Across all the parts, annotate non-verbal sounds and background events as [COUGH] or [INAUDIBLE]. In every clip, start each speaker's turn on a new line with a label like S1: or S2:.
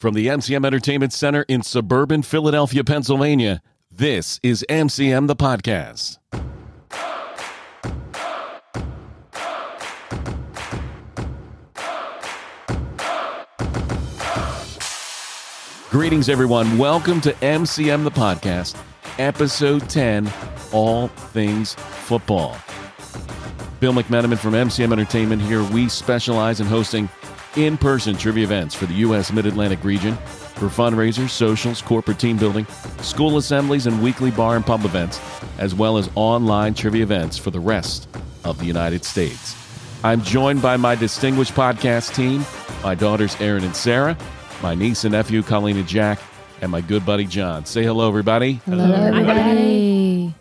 S1: From the MCM Entertainment Center in suburban Philadelphia, Pennsylvania, this is MCM the Podcast. Greetings, everyone. Welcome to MCM the Podcast, Episode 10 All Things Football. Bill McMenamin from MCM Entertainment here. We specialize in hosting in person trivia events for the U.S. Mid Atlantic region for fundraisers, socials, corporate team building, school assemblies, and weekly bar and pub events, as well as online trivia events for the rest of the United States. I'm joined by my distinguished podcast team, my daughters Erin and Sarah, my niece and nephew Colleen and Jack, and my good buddy John. Say hello, everybody.
S2: Hello, everybody.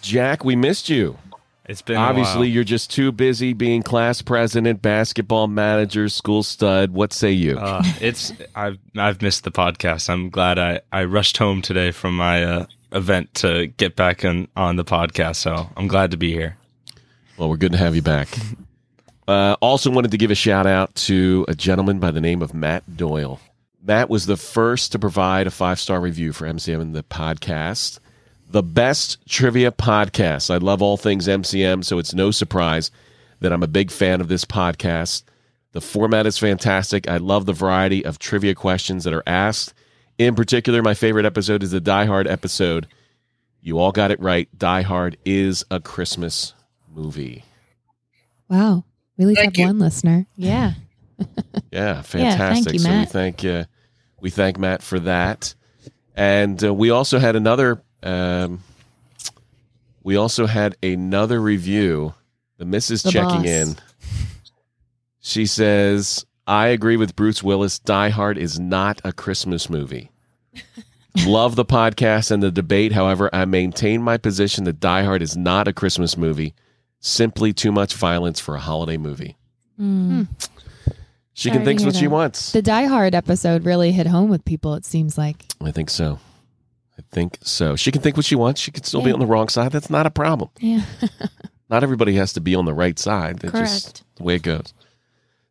S1: Jack, we missed you.
S3: It's been
S1: Obviously,
S3: obviously
S1: you're just too busy being class president, basketball manager, school stud. What say you?
S3: Uh, it's I've I've missed the podcast. I'm glad I I rushed home today from my uh, event to get back on on the podcast. So I'm glad to be here.
S1: well, we're good to have you back. Uh, also, wanted to give a shout out to a gentleman by the name of Matt Doyle. Matt was the first to provide a five star review for MCM and the podcast. The best trivia podcast. I love all things MCM, so it's no surprise that I'm a big fan of this podcast. The format is fantastic. I love the variety of trivia questions that are asked. In particular, my favorite episode is the Die Hard episode. You all got it right. Die Hard is a Christmas movie.
S2: Wow. We at least
S4: Thank
S2: have
S4: you.
S2: one listener. Yeah.
S1: Yeah,
S2: Yeah, thank
S1: fantastic.
S2: you,
S1: so
S2: Matt.
S1: we thank uh, we thank Matt for that, and uh, we also had another um, we also had another review. The missus
S2: The
S1: checking
S2: boss.
S1: in. She says, "I agree with Bruce Willis. Die Hard is not a Christmas movie."
S2: [LAUGHS]
S1: Love the podcast and the debate. However, I maintain my position that Die Hard is not a Christmas movie. Simply too much violence for a holiday movie.
S2: Hmm.
S1: She
S2: Sorry
S1: can
S2: to
S1: think
S2: hear
S1: what she
S2: that.
S1: wants.
S2: The Die Hard episode really hit home with people, it seems like.
S1: I think so. I think so. She can think what she wants. She could still be
S2: Yeah.
S1: on the wrong side. That's not a problem.
S2: Yeah.
S1: Not everybody has to be on the right side. That's just
S5: Correct.
S1: the way it goes.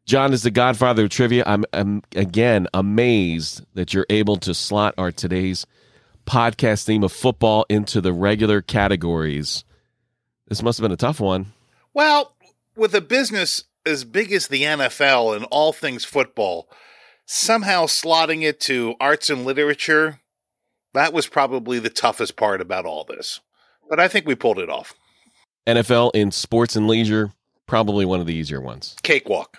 S1: John is the godfather of trivia. I'm, I'm again amazed that you're able to slot our today's podcast theme of football into the regular categories. This must have been a tough one.
S4: Well, with a business as big as the NFL and all things football, somehow slotting it to arts and literature, that was probably the toughest part about all this. But I think we pulled it off.
S1: NFL in sports and leisure, probably one of the easier ones.
S4: Cakewalk.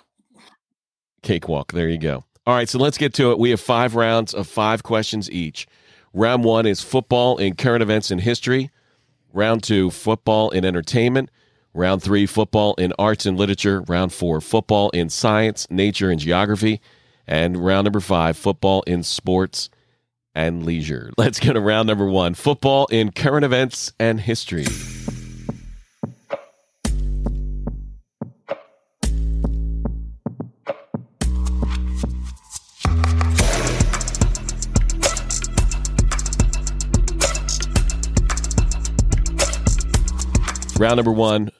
S1: Cakewalk. There you go. All right, so let's get to it. We have five rounds of five questions each. Round one is football and current events in history. Round two, football in entertainment. Round three, football in arts and literature. Round four, football in science, nature, and geography. And round number five, football in sports and leisure. [LAUGHS] Let's go to round number one football in current events and history. Round number one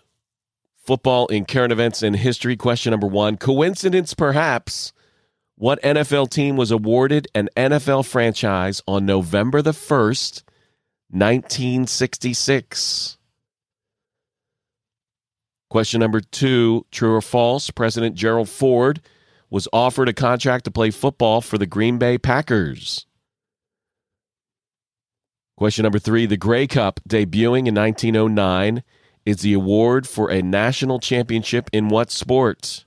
S1: football in current events and history. Question number one Coincidence, perhaps. What NFL team was awarded an NFL franchise on November the 1st, 1966? Question number two True or false? President Gerald Ford was offered a contract to play football for the Green Bay Packers. Question number three The Grey Cup, debuting in 1909, is the award for a national championship in what sport?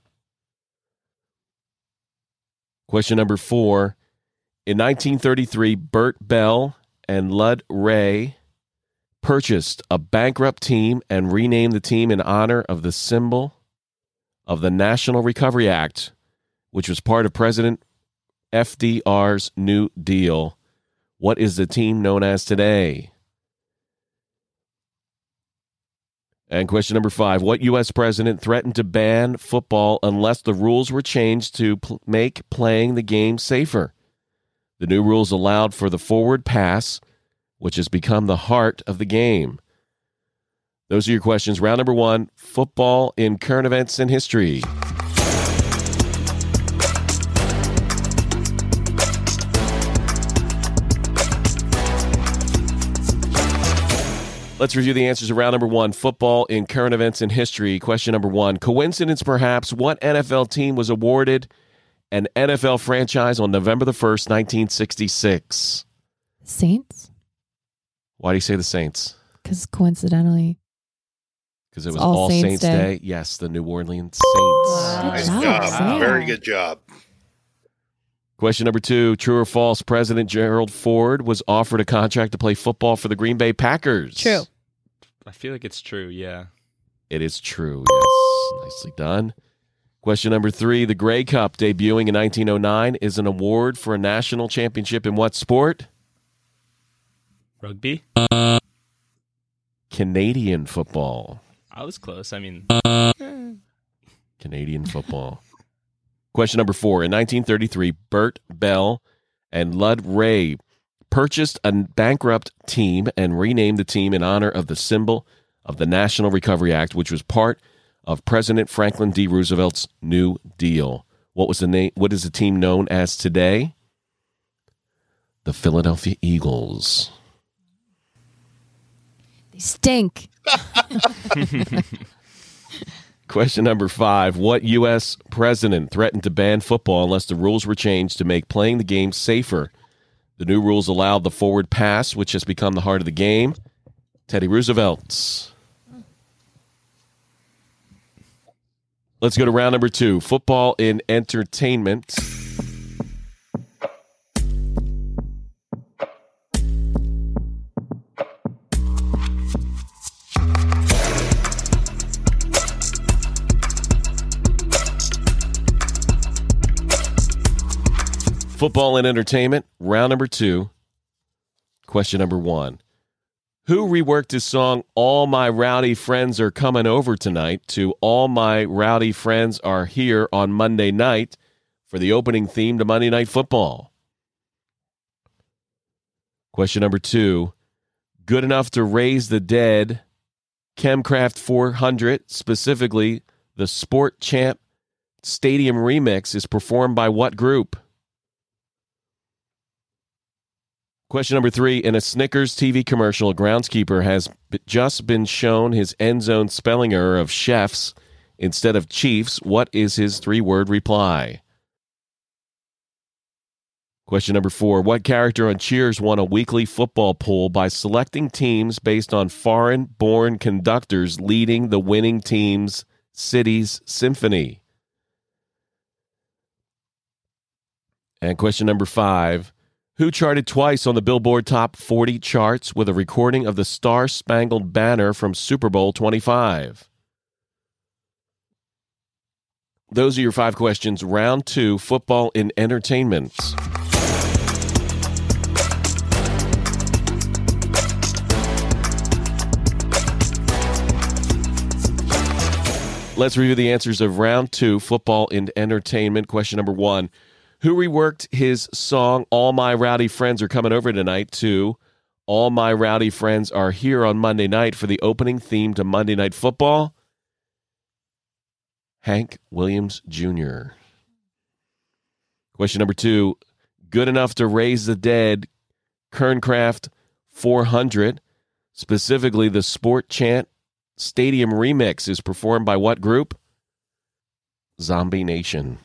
S1: Question number four In 1933, Bert Bell and Lud Ray purchased a bankrupt team and renamed the team in honor of the symbol of the National Recovery Act, which was part of President FDR's New Deal. What is the team known as today? And question number five What U.S. president threatened to ban football unless the rules were changed to pl- make playing the game safer? The new rules allowed for the forward pass, which has become the heart of the game. Those are your questions. Round number one football in current events and history. Let's review the answers to round number one football in current events in history. Question number one Coincidence, perhaps, what NFL team was awarded an NFL franchise on November the 1st, 1966?
S2: Saints?
S1: Why do you say the Saints?
S2: Because coincidentally,
S1: Because it was
S2: It's All
S1: All Saints,
S2: Saints
S1: Day.
S2: Day.
S1: Yes, the New Orleans Saints.
S2: Good
S4: Nice
S2: job,
S4: job.
S2: Sam.
S4: Very good job.
S1: Question number two True or false, President Gerald Ford was offered a contract to play football for the Green Bay Packers?
S2: True.
S3: I feel like it's true. Yeah.
S1: It is true. Yes. Nicely done. Question number three The Grey Cup, debuting in 1909, is an award for a national championship in what sport?
S3: Rugby.
S1: Canadian football.
S3: I was close. I mean,
S1: Canadian football. Question number four In 1933, Bert Bell and Lud Ray purchased a bankrupt team and renamed the team in honor of the symbol of the National Recovery Act, which was part of President Franklin D. Roosevelt's New Deal. What was the name? What is the team known as today? The Philadelphia Eagles.
S2: they stink.
S1: Question number five What U.S. president threatened to ban football unless the rules were changed to make playing the game safer? The new rules allowed the forward pass, which has become the heart of the game. Teddy Roosevelt's. Let's go to round number two football in entertainment. Football and entertainment, round number two. Question number one Who reworked his song All My Rowdy Friends Are Coming Over Tonight to All My Rowdy Friends Are Here on Monday Night for the opening theme to Monday Night Football? Question number two Good enough to raise the dead, Chemcraft 400, specifically the Sport Champ Stadium Remix, is performed by what group? Question number three In a Snickers TV commercial, a groundskeeper has b- just been shown his end zone spelling error of chefs instead of chiefs. What is his three word reply? Question number four What character on Cheers won a weekly football pool by selecting teams based on foreign born conductors leading the winning team's city's symphony? And question number five who charted twice on the Billboard Top 40 charts with a recording of the Star Spangled Banner from Super Bowl 25. Those are your five questions. Round two football in entertainment. Let's review the answers of round two football in entertainment. Question number one who reworked his song All My Rowdy Friends Are Coming Over Tonight to All My Rowdy Friends Are Here on Monday Night for the opening theme to Monday Night Football. Hank Williams Jr. Question number two Good enough to raise the dead, Kerncraft 400, specifically the Sport Chant Stadium Remix, is performed by what group? Zombie Nation.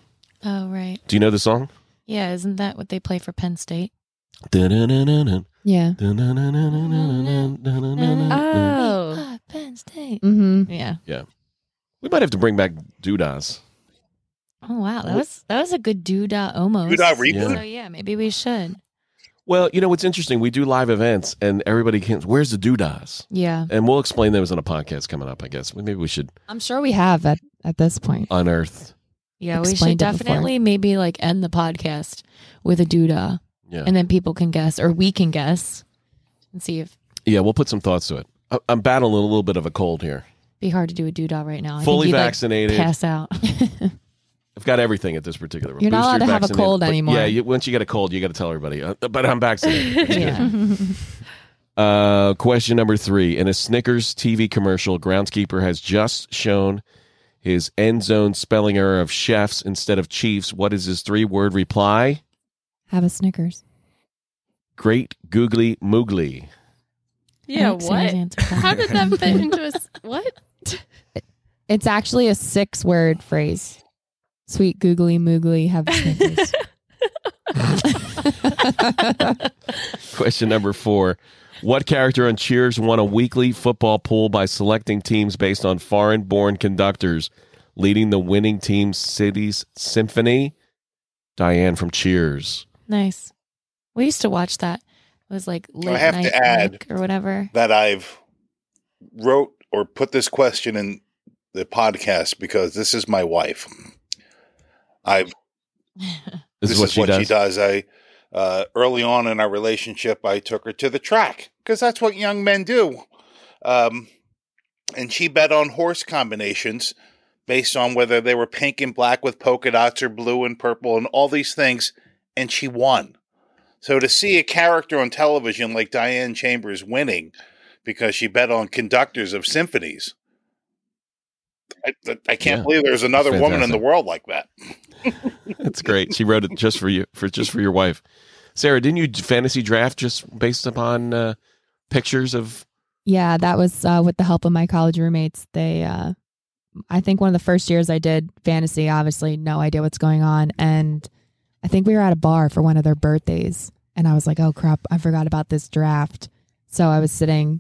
S2: Oh, right.
S1: Do you know the song?
S5: Yeah, isn't that what they play for Penn State?
S1: Dun-dun-dun-dun-dun.
S2: Yeah.
S1: Dun-dun-dun-dun-dun-dun-dun. Dun-dun-dun-dun-dun.
S5: Oh.
S2: Penn State. Mm-hmm.
S5: Yeah.
S1: We might have to bring back Dudas.
S5: Oh wow, that was that was a good doodah almost.
S4: Doodah reboot?
S5: So yeah, maybe we should.
S1: Well, you know what's interesting? We do live events, and everybody can. Where's the Dudas?
S5: Yeah.
S1: And we'll explain those on a podcast coming up. I guess maybe we should
S2: I'm sure we have at, at this point.
S1: unearth.
S5: Yeah, we
S2: Explained
S5: should
S2: it before.
S5: definitely maybe like end the podcast with a doodah
S1: Yeah,
S5: and then people can guess or we can guess and see if
S1: yeah. We'll put some thoughts to it. I- I'm battling a little bit of a cold here.
S5: be hard to do a doodah right now. I
S1: Fully
S5: think you'd, like,
S1: vaccinated.
S5: pass
S6: [LAUGHS]
S5: out.
S1: I've got everything at this particular.
S2: You're not allowed
S1: Booster,
S2: to have a
S1: vaccinated,
S2: cold
S1: but
S2: anymore.
S1: Yeah, you, once you get a cold, you got to tell everybody. Uh, but I'm vaccinated.
S2: [LAUGHS]
S1: That's good.
S6: Mm-hmm.
S2: yeah.
S1: Uh, question number three. In a Snickers TV commercial, groundskeeper has just shown his end zone spelling error of chefs instead of chiefs. What is his three word reply?
S6: [LAUGHS]
S2: have a Snickers.
S1: Great googly moogly. [LAUGHS]
S6: Yeah,
S5: like Sam's
S6: what?
S5: answer.
S6: How did that fit into a s- what?
S2: [LAUGHS] It's actually a six word phrase. Sweet googly moogly have Snickers.
S6: [LAUGHS]
S2: [LAUGHS]
S1: Question number four. What character on Cheers won a weekly football pool by selecting teams based on foreign born conductors, leading the winning team's city's symphony? Diane from Cheers.
S5: [LAUGHS] Nice. We used to watch that. It was like late
S4: have to
S5: night
S4: add-
S5: Nick or whatever. [LAUGHS]
S4: that I've wrote or put this question in the podcast because this is my wife. I
S1: This, is what, she, does.
S4: I uh, early on in our relationship, I took her to the track because that's what young men do. Um, and she bet on horse combinations based on whether they were pink and black with polka dots or blue and purple and all these things, and she won. So to see a character on television like Diane Chambers winning because she bet on conductors of symphonies. I, I can't
S1: Yeah.
S4: believe there's another woman in the
S1: Fantastic.
S4: world like that.
S1: That's great. She wrote it just for you, for just for your wife. Sarah, didn't you fantasy draft just based upon uh, pictures of?
S2: yeah, that was uh, with the help of my college roommates. They, uh, I think one of the first years I did fantasy, obviously, no idea what's going on. And I think we were at a bar for one of their birthdays. And I was like, oh crap, I forgot about this draft. So I was sitting,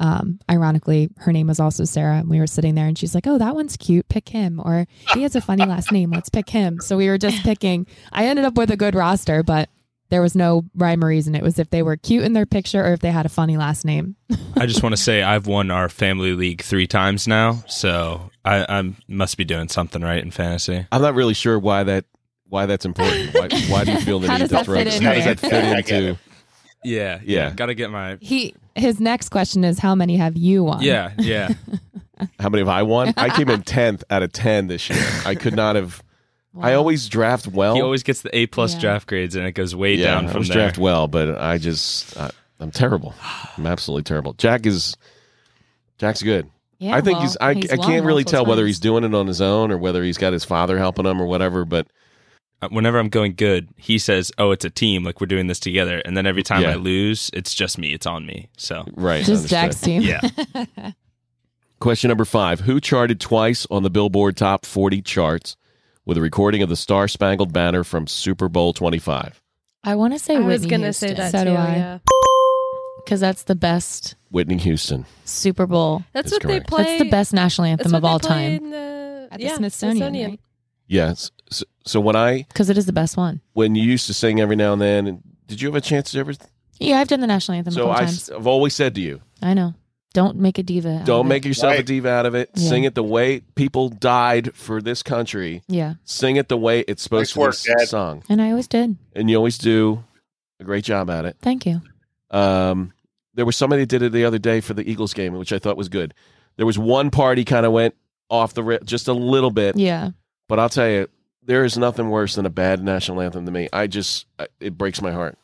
S2: um, ironically, her name was also Sarah. And we were sitting there and she's like, oh, that one's cute. Pick him. Or he has a funny last name. Let's pick him. So we were just picking. I ended up with a good roster, but there was no rhyme or reason. It was if they were cute in their picture or if they had a funny last name.
S3: I just want to say I've won our family league three times now, so I I'm, must be doing something right in fantasy.
S1: I'm not really sure why that why that's important. Why, why do you feel the
S2: How
S1: need
S2: does
S1: to
S2: that
S1: throw
S2: fit
S1: this?
S2: in
S1: How does
S2: here?
S1: that fit
S4: I get
S1: into?
S3: Yeah,
S1: Yeah.
S3: Got to get my.
S2: He his next question is how many have you won?
S3: Yeah, yeah.
S1: How many have I won? I came in tenth out of ten this year. I could not have. I
S5: Wow.
S1: always draft well.
S3: he always gets the A plus
S5: Yeah.
S3: draft grades, and it goes way
S1: yeah,
S3: down
S1: I
S3: from
S1: always
S3: there.
S1: draft well, but I just I, I'm terrible. I'm absolutely terrible. Jack is Jack's good.
S5: Yeah,
S1: I think
S5: well,
S1: he's. I, I
S5: won
S1: can't really
S5: multiple
S1: tell whether he's
S5: times.
S1: doing it on his own or whether he's got his father helping him or whatever. But
S3: Uh, Whenever I'm going good, he says, "Oh, it's a team. Like we're doing this together." And then every time
S1: Yeah.
S3: I lose, it's just me. It's on me. So
S1: right,
S2: Just
S1: understood.
S2: Jack's team.
S3: [LAUGHS] yeah.
S1: Question number five: Who charted twice on the Billboard Top 40 charts with a recording of the Star Spangled Banner from Super Bowl 25?
S5: I want to say
S6: I
S5: Whitney
S6: was gonna say that
S5: Houston,
S2: So
S6: too.
S2: do I.
S6: Yeah.
S5: because that's the best
S1: Whitney Houston.
S5: Super Bowl.
S6: That's
S1: That's
S6: what they
S1: correct.
S6: play.
S5: that's the best national
S6: that's
S5: anthem
S6: what
S5: of all
S6: they play
S5: time
S6: in the-
S2: At the
S6: yeah,
S2: Smithsonian, right?
S1: Yes. So, so when I
S5: because it is the best one.
S1: when you used to sing every now and then, and did you have a chance to ever?
S5: Yeah, I've done the national anthem a
S1: So
S5: couple
S1: I,
S5: times.
S1: have always said to you,
S5: I know. Don't make a diva. out
S1: don't
S5: of
S1: make
S5: it.
S1: yourself a
S4: Right.
S1: diva out of it.
S5: Yeah.
S1: Sing it the way people died for this country.
S5: Yeah,
S1: Sing it the way it's supposed
S4: Nice work,
S1: to be
S4: Dad.
S1: sung,
S5: and I always did.
S1: and you always do a great job at it.
S5: Thank you.
S1: Um, there was somebody that did it the other day for the Eagles game, which I thought was good. There was one party kind of went off the rail just a little bit,
S5: Yeah,
S1: but I'll tell you, there is nothing worse than a bad national anthem to me. I just I- it breaks my heart.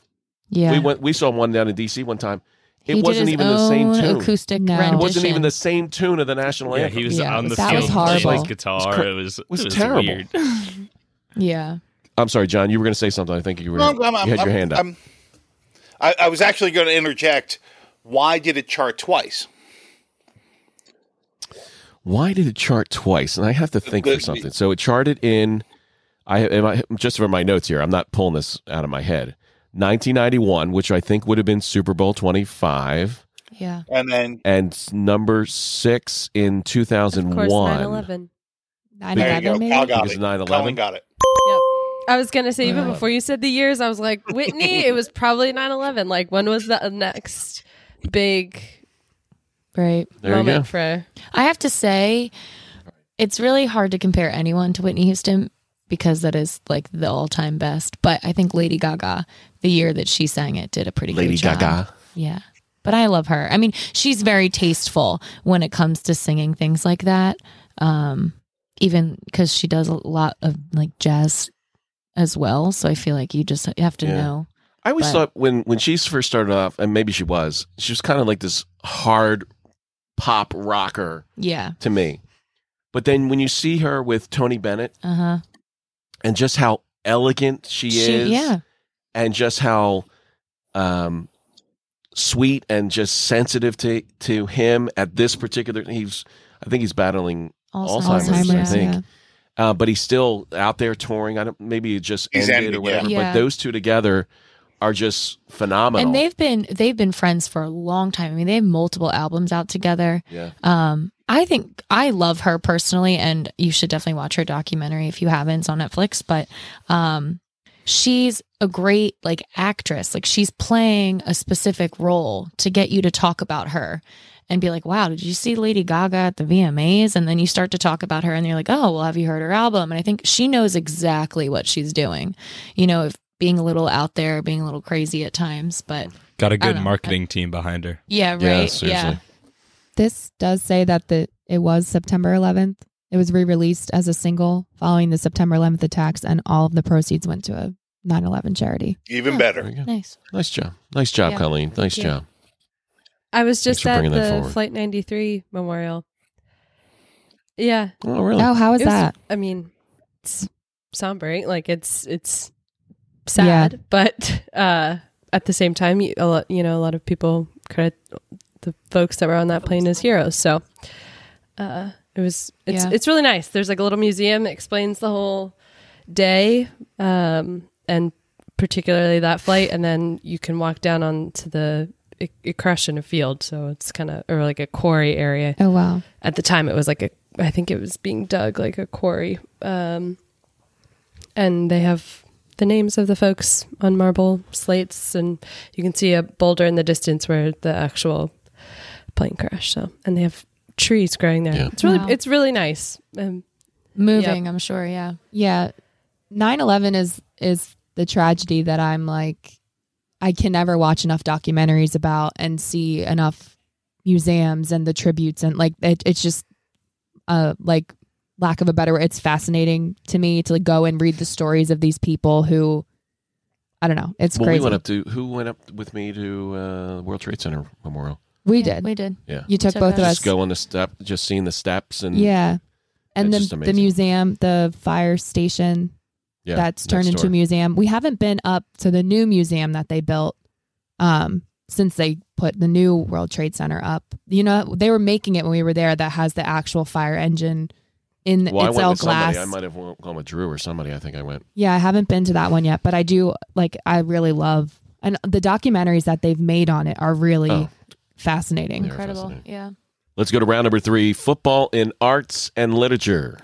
S5: yeah.
S1: We went we saw one down in D.C. one time. It
S5: He did
S1: wasn't
S5: his
S1: even the same
S5: own
S1: tune.
S5: acoustic
S2: No. It
S1: it
S5: rendition.
S1: wasn't even the same tune of the national
S3: [LAUGHS] Yeah,
S1: anthem.
S3: he was
S5: Yeah,
S3: on the
S5: that
S3: field
S5: was
S3: playing
S5: horrible.
S3: his guitar.
S1: It was cr-
S3: It was,
S1: was
S3: it was
S1: terrible.
S3: weird.
S5: yeah.
S1: I'm sorry, John. You were going to say something. I think you were.
S4: No, I'm- I'm-
S1: you had your
S4: I'm-
S1: hand up.
S4: I'm- I, I was actually going to interject. Why did it chart twice?
S1: Why did it chart twice? And I have to think for
S4: The-
S1: something. So it charted in. I am I, just for my notes here. I'm not pulling this out of my head. 1991, which I think would have been Super Bowl 25,
S5: Yeah.
S4: And then
S1: and number six in
S6: Of course, 9
S1: 2001.
S6: 11.
S2: Nine
S4: there you go.
S2: eleven maybe?
S4: Kyle got
S1: Because
S4: it.
S1: 9/11?
S4: Colin got it.
S6: I was going to say, even
S5: 9/11.
S6: before you said the years, I was like,
S5: [LAUGHS]
S6: Whitney, it was probably 9 11. Like, when was the next big
S5: Right.
S1: There you go.
S6: moment for.
S5: I have to say, it's really hard to compare anyone to Whitney Houston because that is like the all time best. But I think Lady Gaga, the year that she sang it, did a pretty
S1: Lady
S5: good job.
S1: Gaga.
S5: Yeah. But I love her. I mean, she's very tasteful when it comes to singing things like that. Um, even because she does a lot of like jazz as well. So I feel like you just you have to
S1: Yeah.
S5: know.
S1: I always
S5: But-
S1: thought when when she first started off, and maybe she was, she was kind of like this hard pop rocker
S5: Yeah.
S1: to me. But then when you see her with Tony Bennett
S5: Uh huh.
S1: and just how elegant she, is,
S5: Yeah.
S1: and just how um sweet and just sensitive to to him at this particular. He's I think he's battling, Alzheimer's, I
S2: Alzheimer's,
S1: think.
S2: yeah.
S1: uh, but he's still out there touring. I don't maybe it just
S4: He's
S1: ended
S4: ended,
S1: or whatever.
S5: yeah.
S1: But
S5: Yeah.
S1: those two together are just phenomenal.
S5: And they've been they've been friends for a long time. I mean, they have multiple albums out together.
S1: yeah.
S5: Um, I think I love her personally, and you should definitely watch her documentary if you haven't. It's on Netflix, but um, she's a great like actress. Like she's playing a specific role to get you to talk about her and be like, "Wow, did you see Lady Gaga at the VMAs?" And then you start to talk about her, and you're like, "Oh, well, have you heard her album?" And I think she knows exactly what she's doing. You know, if being a little out there, being a little crazy at times, but
S3: [LAUGHS] Got a
S5: don't
S3: good
S5: know.
S3: marketing team behind her.
S5: yeah,
S1: Yeah,
S5: right,
S1: seriously.
S5: yeah.
S2: This does say that the it was September 11th. It was re-released as a single following the September 11th attacks, and all of the proceeds went to a 9/11 charity.
S4: Even
S5: Yeah.
S1: There
S4: better.
S1: you go.
S5: nice.
S1: Nice job. Nice job,
S5: Yeah.
S1: Colleen. Nice
S5: Yeah.
S1: job.
S6: I was just
S1: for
S6: at the
S1: bringing that forward.
S6: Flight 93 Memorial. Yeah,
S1: Oh, really?
S2: Oh, how is
S6: It was-
S2: that?
S6: I mean, it's sombering. Like it's it's sad, but uh, at the same time, you, a lot you know a lot of people credit the folks that were on that plane as heroes. So uh, it was it's
S5: Yeah.
S6: it's really nice. There's like a little museum that explains the whole day um, and particularly that flight, and then you can walk down onto the it, it crashed in a field, so it's kind of or like a quarry area
S2: Oh wow.
S6: at the time it was like a I think it was being dug like a quarry. Um, and they have the names of the folks on marble slates and you can see a boulder in the distance where the actual plane crashed. So and they have trees growing there.
S1: Yeah.
S6: It's really
S5: Wow.
S6: it's really nice. Um,
S5: Moving, I'm sure. Yeah.
S2: Yeah. 9/11 is is the tragedy that I'm like I can never watch enough documentaries about and see enough museums and the tributes and like it, it's just uh like lack of a better word it's fascinating to me to like, go and read the stories of these people who I don't know. It's
S1: well,
S2: crazy.
S1: we went up to who went up with me to uh, World Trade Center Memorial.
S2: We
S5: Yeah,
S2: did.
S5: We did.
S2: you took
S5: Took
S2: both of
S5: us.
S2: us.
S1: Just going the step, just seeing the steps, and
S2: Yeah. And
S1: That's
S2: the,
S1: just
S2: the
S1: amazing.
S2: museum, the fire station
S1: yeah,
S2: that's turned
S1: next
S2: into a
S1: door.
S2: museum. We haven't been up to the new museum that they built um, since they put the new World Trade Center up. You know, they were making it when we were there that has the actual fire engine in
S1: Well, I
S2: it's
S1: went
S2: all
S1: with somebody.
S2: glass.
S1: I might have w- gone with Drew or somebody. I think I went.
S2: Yeah, I haven't been to that one yet, but I do like I really love and the documentaries that they've made on it are really
S1: Oh.
S2: fascinating.
S1: Yeah.
S5: Incredible.
S1: fascinating.
S5: Yeah.
S1: Let's go to round number three: football in arts and literature.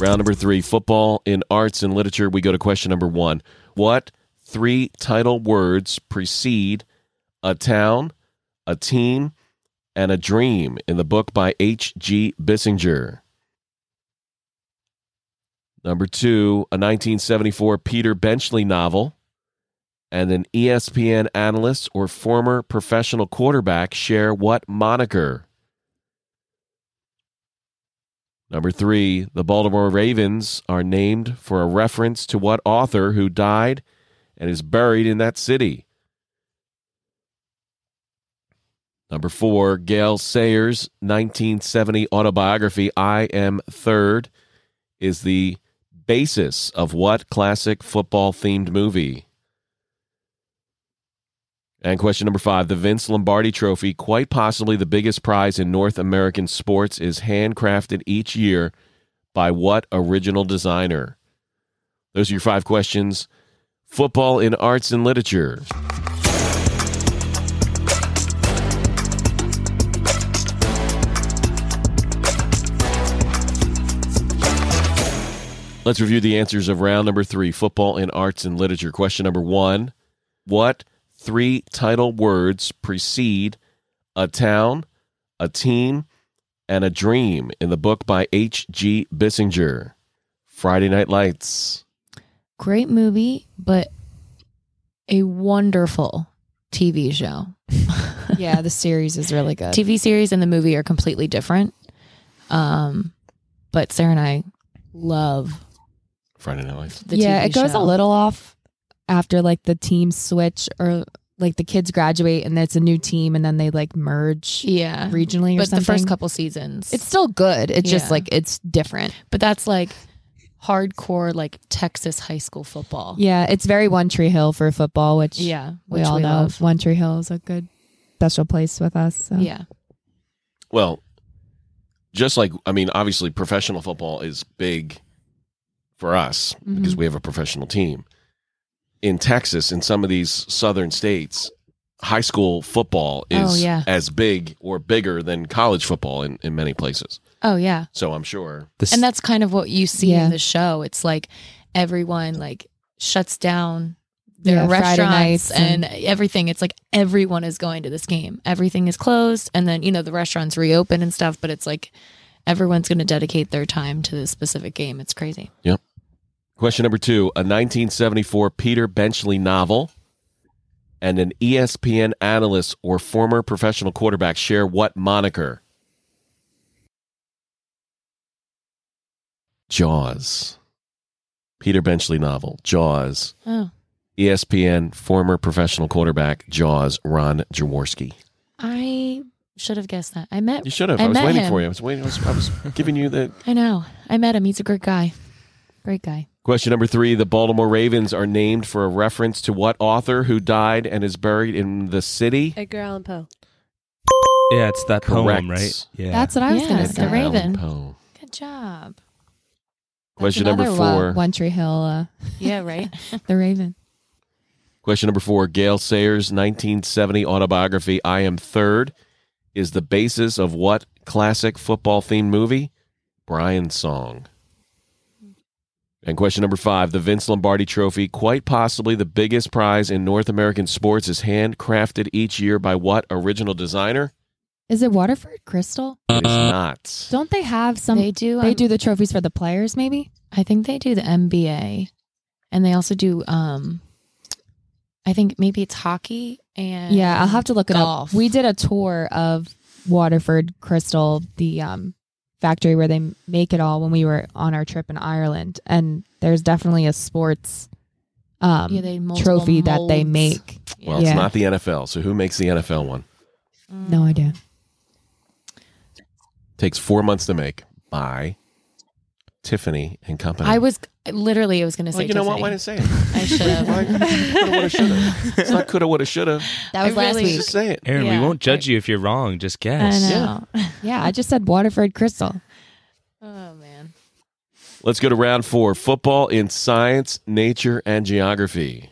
S1: Round number three: football in arts and literature. We go to question number one: What three title words precede a town, a team, and a Dream in the book by H.G. Bissinger. Number two, a 1974 Peter Benchley novel, and an E ESPN analyst or former professional quarterback share what moniker? Number three, the Baltimore Ravens are named for a reference to what author who died and is buried in that city? Number four, Gail Sayers' 1970 autobiography, I Am Third, is the basis of what classic football themed movie? And question number five, the Vince Lombardi Trophy, quite possibly the biggest prize in North American sports, is handcrafted each year by what original designer? Those are your five questions. Football in arts and literature. Let's review the answers of round number three football in arts and literature. Question number one What three title words precede a town, a team, and a dream in the book by H.G. Bissinger? Friday Night Lights.
S5: Great movie, but a wonderful TV show.
S2: yeah, the series is really good.
S5: TV series and the movie are completely different. Um, but Sarah and I love
S1: Friday Night Lights.
S5: the
S2: yeah,
S5: TV
S2: it goes a
S5: show.
S2: little off after like the team switch or like the kids graduate and it's a new team and then they like merge
S5: Yeah.
S2: regionally or
S5: But
S2: something.
S5: the first couple seasons.
S2: it's still good. It's just
S5: Yeah.
S2: like it's different.
S5: but that's like hardcore like Texas high school football.
S2: Yeah, it's very One Tree Hill for football, which
S5: Yeah.
S2: we all know.
S5: love.
S2: One Tree Hill is a good special place with us. So.
S5: Yeah.
S1: Well, just like I mean, obviously, professional football is big for us because
S5: Mm-hmm.
S1: we have a professional team. In Texas, in some of these southern states, high school football is
S5: Oh, yeah.
S1: as big or bigger than college football in, in many places.
S5: Oh yeah.
S1: So I'm sure.
S3: This,
S5: And that's [LAUGHS] kind of what you see
S2: Yeah.
S5: in the show. It's like everyone like shuts down their
S2: Yeah, Friday nights
S5: restaurants
S2: and-
S5: and, everything. It's like everyone is going to this game. Everything is closed and then, you know, the restaurants reopen and stuff, but it's like everyone's going to dedicate their time to this specific game. It's crazy.
S1: Question number two a 1974 Peter Benchley novel and an E ESPN analyst or former professional quarterback share what moniker? Jaws. Peter Benchley novel, Jaws. E
S5: Oh,
S1: ESPN former professional quarterback, Jaws, Ron Jaworski.
S5: I should have guessed that. I met
S1: You should have. I,
S5: I
S1: was
S5: met
S1: waiting
S5: him.
S1: for you. I was waiting. I was, I
S3: [LAUGHS]
S1: was giving
S5: [LAUGHS]
S1: you the
S5: I know. I met him. He's a great guy. Great guy.
S1: Question number three The Baltimore Ravens are named for a reference to what author who died and is buried in the city?
S6: Edgar Allan Poe.
S3: yeah, it's that
S1: Correct.
S3: poem, right? Yeah.
S2: That's what I was
S5: Yeah,
S2: going to
S5: it's the
S2: say.
S5: Raven.
S1: Allan Poe.
S5: Good job.
S1: Question
S2: Another
S1: number
S2: wa-
S1: four.
S2: One Tree Hill,
S5: Yeah, right?
S2: uh, [LAUGHS] The Raven.
S1: Question number four Gail Sayers' 1970 autobiography, I Am Third, is the basis of what classic football themed movie? Brian's Song. And question number five The Vince Lombardi Trophy, quite possibly the biggest prize in North American sports, is handcrafted each year by what original designer?
S2: Is it Waterford Crystal?
S1: It is not.
S2: Don't they have some?
S5: they
S2: They,
S5: do. um,
S2: do the trophies for the players, maybe.
S5: I think they do the MBA, and they also do. um I think maybe it's hockey and
S2: yeah, I'll have to look it
S5: golf.
S2: up. We did a tour of Waterford Crystal, the um, factory where they make it all, when we were on our trip in Ireland, and there's definitely a sports um,
S5: Yeah, they had multiple
S2: trophy that they
S5: molds.
S2: make.
S1: Well, it's
S2: Yeah.
S1: not the NFL. So who makes the NFL one?
S5: Mm.
S2: No idea.
S1: Takes four months to make by Tiffany and Company.
S5: I was literally I was going to say.
S1: Well, you know what?
S5: Tiffany.
S1: Why didn't say it?
S5: I should have.
S1: coulda, woulda, shoulda. It's not coulda, woulda,
S5: [LAUGHS]
S1: shoulda.
S2: That was
S5: I
S2: last
S5: really-
S2: week.
S1: Just say it.
S3: Aaron,
S5: Yeah.
S3: we won't judge you if you're wrong. Just guess.
S5: I know.
S2: Yeah, I just said Waterford Crystal.
S5: Oh man.
S1: Let's go to round four: football in science, nature, and geography.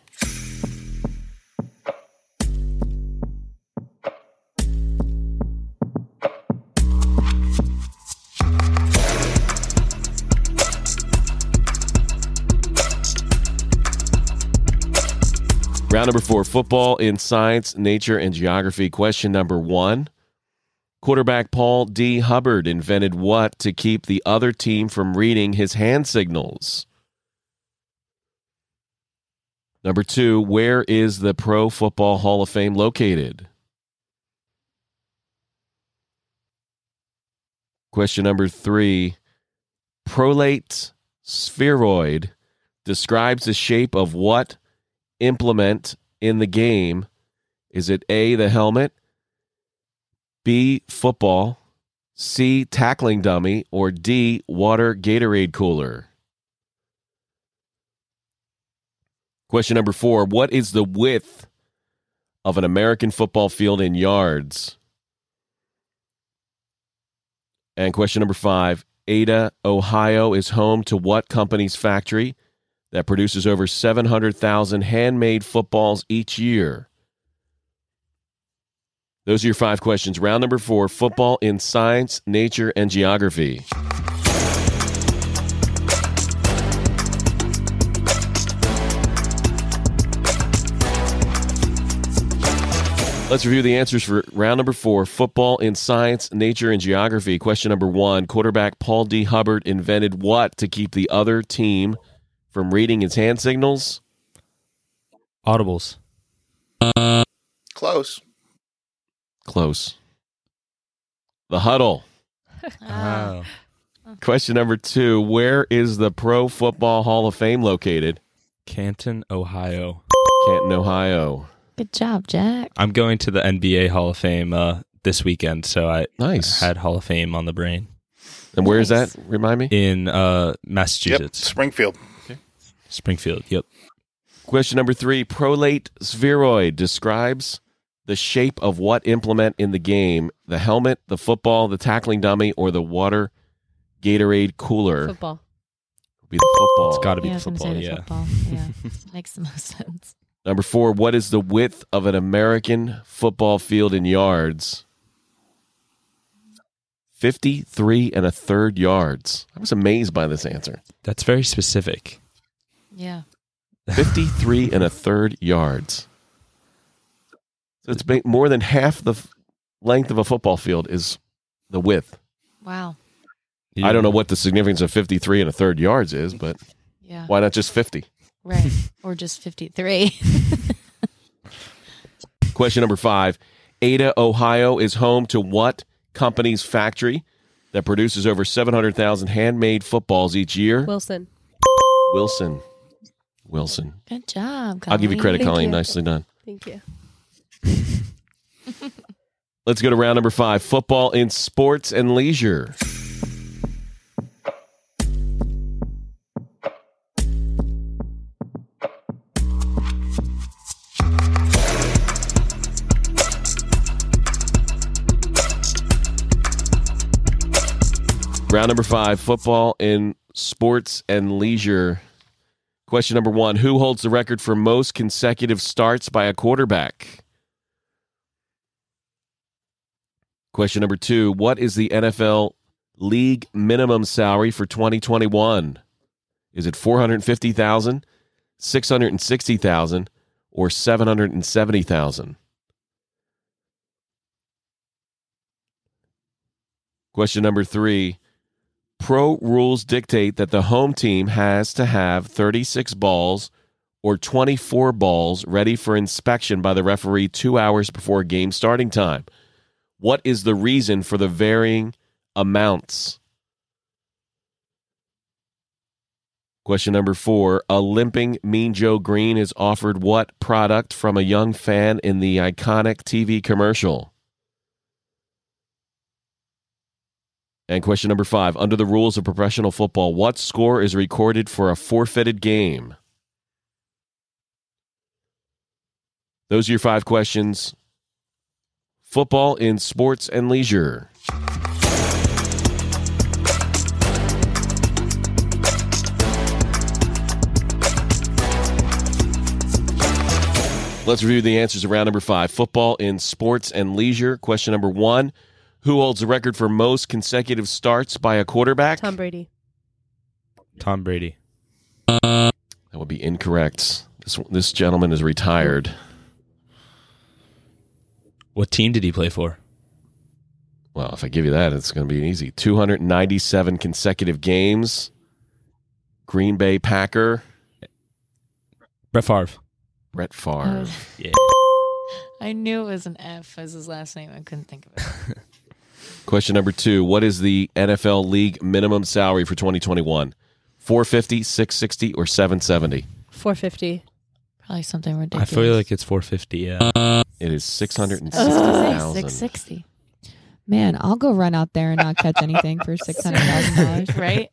S1: Round number four football in science, nature, and geography. Question number one Quarterback Paul D. Hubbard invented what to keep the other team from reading his hand signals? Number two, where is the Pro Football Hall of Fame located? Question number three Prolate spheroid describes the shape of what implement in the game? Is it A, the helmet? B football, C tackling dummy, or D water Gatorade cooler. Question number 4, what is the width of an American football field in yards? And question number 5, Ada, Ohio is home to what company's factory that produces over 700,000 handmade footballs each year? Those are your five questions. Round number four football in science, nature, and geography. Let's review the answers for round number four football in science, nature, and geography. Question number one quarterback Paul D. Hubbard invented what to keep the other team from reading his hand signals?
S3: Audibles.
S4: Close.
S1: Close. The huddle. Uh-huh.
S3: Oh.
S5: Ah.
S1: Question number two Where is the Pro Football Hall of Fame located?
S3: Canton, Ohio.
S1: Canton, Ohio.
S5: Good job, Jack.
S3: I'm going to the NBA Hall of Fame uh, this weekend, so I
S1: Nice.
S3: had Hall of Fame on the brain
S1: and where is
S5: Nice.
S1: that? Remind me.
S3: in uh,
S4: Yep,
S3: Massachusetts,
S4: Springfield.
S3: Springfield. Yep.
S1: Question number three Prolate spheroid describes the shape of what implement in the game the helmet, the football, the tackling dummy, or the water Gatorade cooler?
S6: Football.
S1: Would be the football.
S3: It's got to be
S5: yeah, I
S3: the
S5: was gonna
S3: football.
S5: say the
S3: Yeah.
S5: football.
S1: [LAUGHS]
S5: Yeah. Makes the most sense.
S1: Number four, what is the width of an American football field in yards? 53 and a third yards. I was amazed by this answer.
S3: That's very specific.
S5: Yeah.
S1: 53 and a third yards. So it's ba- more than half the f- length of a football field is the width.
S5: Wow.
S1: [LAUGHS] I don't know what the significance of 53 and a third yards is, but
S5: Yeah.
S1: why not just 50?
S5: Right. or just 53.
S1: Question number five Ada, Ohio is home to what company's factory that produces over 700,000 handmade footballs each year?
S6: Wilson.
S1: Wilson. Wilson.
S5: [LAUGHS] Good job.
S1: I'll give you
S5: Colleen.
S1: credit, Colleen.
S6: you.
S1: Nicely done.
S6: Thank you.
S1: Let's go to round number five football in sports and leisure. Round number five football in sports and leisure. Question number one Who holds the record for most consecutive starts by a quarterback? Question number two What is the NFL league minimum salary for 2021? Is it 450000 660000 or 770000 Question number three Pro rules dictate that the home team has to have 36 balls or 24 balls ready for inspection by the referee two hours before game starting time. What is the reason for the varying amounts? Question number four A limping Mean Joe Green is offered what product from a young fan in the iconic TV commercial? And question number five Under the rules of professional football, what score is recorded for a forfeited game? Those are your five questions football in sports and leisure. Let's review the answers to round number five football in sports and leisure. Question number one Who holds the record for most consecutive starts by a quarterback?
S6: Tom Brady.
S3: Tom Brady.
S1: That would be incorrect. This, this gentleman is retired.
S3: What team did he play for?
S1: Well, if I give you that, it's going to be easy. 297 consecutive games. Green Bay Packer,
S3: Brett Favre.
S1: Brett Favre.
S3: Yeah.
S5: I knew it was an F as his last name. I couldn't think of it.
S1: Question number two What is the NFL league minimum salary for 2021? 450, 660, or 770?
S6: 450.
S5: Probably something
S3: I
S5: ridiculous.
S3: feel like it's 450. Yeah.
S1: It is
S5: Ugh,
S1: 660,000.
S5: 660.
S2: Man, I'll go run out there and not catch anything
S5: [LAUGHS]
S2: for six hundred thousand
S1: [LAUGHS]
S2: dollars.
S5: right?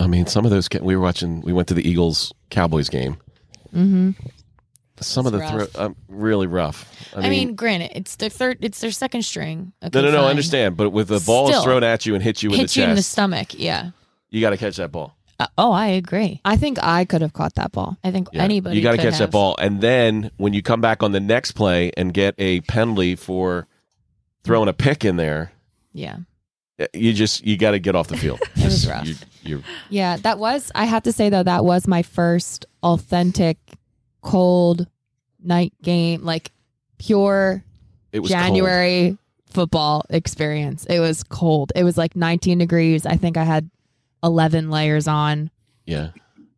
S1: I mean, some of those, ca- we were watching, we went to the Eagles Cowboys game.
S2: Mm-hmm.
S1: Some of the,
S5: It's
S1: thro- um, really rough.
S5: I mean, granted, it's their third, it's their second string.
S1: no,
S5: Okay,
S1: no, no, I
S5: fine.
S1: understand. But with the ball
S5: Still.
S1: thrown at you and hit you in the
S5: Hit
S1: chest,
S5: you in the stomach. Yeah.
S1: you got to catch that ball.
S5: Uh, oh, I agree.
S2: I think I could have caught that ball.
S5: I think
S1: Yeah.
S5: anybody
S1: You got to
S5: could
S1: catch
S5: have.
S1: that ball, and then when you come back on the next play and get a penalty for throwing a pick in there, eh,
S5: Yeah,
S1: you just you got to get off the field.
S5: [LAUGHS] It was
S1: Just-
S5: rough.
S1: You, you-
S2: Yeah, that was. I have to say though, that was my first authentic cold night game, like pure
S1: it was cold.
S2: January football experience. It was cold. It was like 19 degrees. I think I had 11 layers on.
S1: Yeah,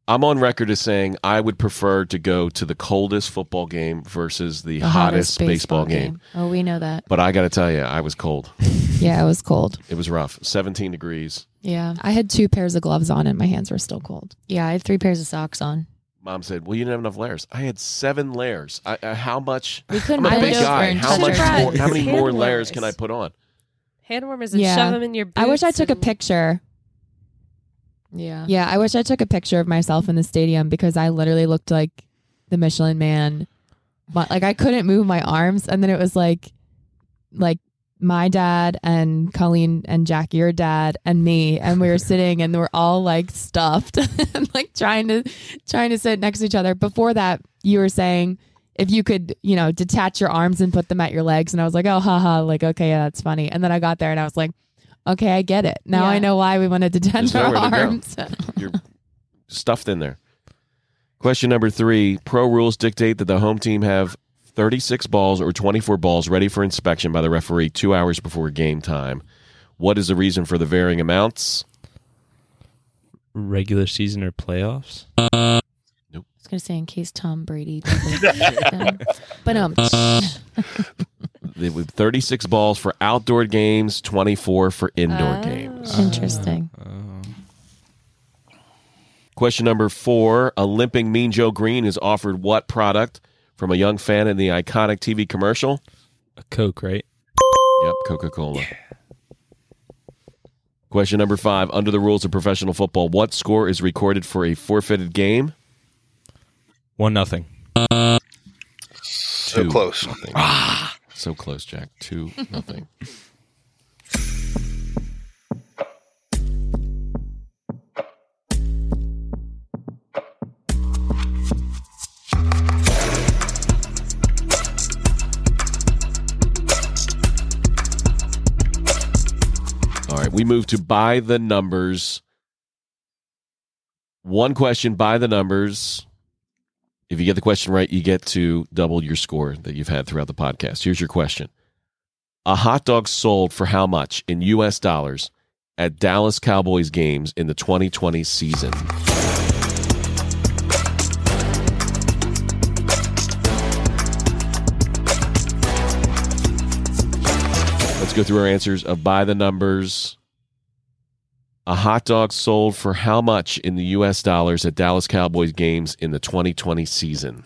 S1: I'm on record as saying I would prefer to go to the coldest football game versus the,
S5: The
S1: hottest, baseball, game.
S5: Oh, we know that.
S1: But I got to tell you, I was cold.
S2: Yeah, it was cold.
S1: It was rough. 17 degrees.
S5: Yeah,
S2: I had two pairs of gloves on and my hands were still cold.
S5: yeah. I had three pairs of socks on.
S1: Mom said, "Well, you didn't have enough layers. I had seven layers. I, I, how much?
S5: We couldn't
S1: I'm a
S5: bend
S1: big
S5: over
S1: guy.
S5: and
S1: How
S5: touch
S1: much?
S5: her.
S1: More, how many
S6: Hand
S1: more layers
S6: warmers.
S1: can I put on?
S6: Hand warmers and
S2: Yeah.
S6: shove them in your. Boots
S2: I wish I took a
S6: and-
S2: picture.
S5: Yeah.
S2: Yeah, I wish I took a picture of myself in the stadium because I literally looked like the Michelin man. But like I couldn't move my arms and then it was like like my dad and Colleen and Jack, your dad and me, and we were sitting and we're all like stuffed [LAUGHS] and like trying to trying to sit next to each other. Before that, you were saying if you could, you know, detach your arms and put them at your legs, and I was like, oh, haha, like okay, yeah, that's funny. And then I got there and I was like, okay, I get it. Now I
S5: Yeah.
S2: know why we want to detach
S1: There's
S2: our
S1: nowhere to go.
S2: arms.
S1: You're stuffed in there." Question number three: Pro rules dictate that the home team have 36 balls or 24 balls ready for inspection by the referee two hours before game time. What is the reason for the varying amounts?
S3: Regular season or playoffs?
S5: I was gonna say in case Tom
S2: [LAUGHS]
S5: Brady. but um,
S1: They have 36 balls for outdoor games, 24 for indoor
S6: Ah.
S1: games.
S5: interesting.
S3: Oh.
S1: Question number four A limping Mean Joe Green is offered what product from a young fan in the iconic TV commercial?
S3: A Coke, right?
S1: Yep, Coca Cola. Question number five Under the rules of professional football, what score is recorded for a forfeited game?
S3: One nothing.
S4: So
S1: Two.
S4: close.
S1: So close, Jack. Two, nothing. All right, we move to by the numbers. One question by the numbers. If you get the question right, you get to double your score that you've had throughout the podcast. Here's your question A hot dog sold for how much in US dollars at Dallas Cowboys games in the 2020 season? Let's go through our answers of by the numbers. A hot dog sold for how much in the US dollars at Dallas Cowboys games in the 2020 season?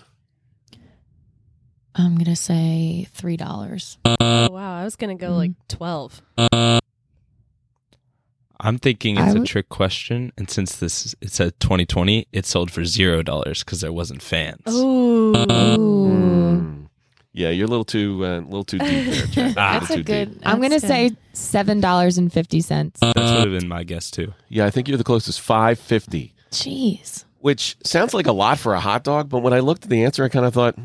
S5: I'm gonna say
S1: [LAUGHS]
S5: three dollars.
S6: Oh, wow, I was gonna go like twelve.
S3: I'm thinking it's
S2: I
S3: a
S2: would-
S3: trick question, and since this is- it said 2020, it sold for zero dollars because there wasn't fans.
S2: Mm.
S5: Oh. Ooh,
S1: Mm. Yeah, you're a little too a little too deep there,
S5: [LAUGHS]
S1: Jack. A
S3: Ah.
S5: that's
S1: little
S5: a
S1: too deep.
S5: good.
S2: I'm gonna
S5: that's
S2: say
S5: good.
S2: seven dollars and fifty cents.
S1: Uh,
S3: That's would have been my guess too.
S1: Yeah, I think you're the closest. Five fifty,
S5: Jeez.
S1: which sounds like a lot for a hot dog, but when I looked at the answer, I kind of thought,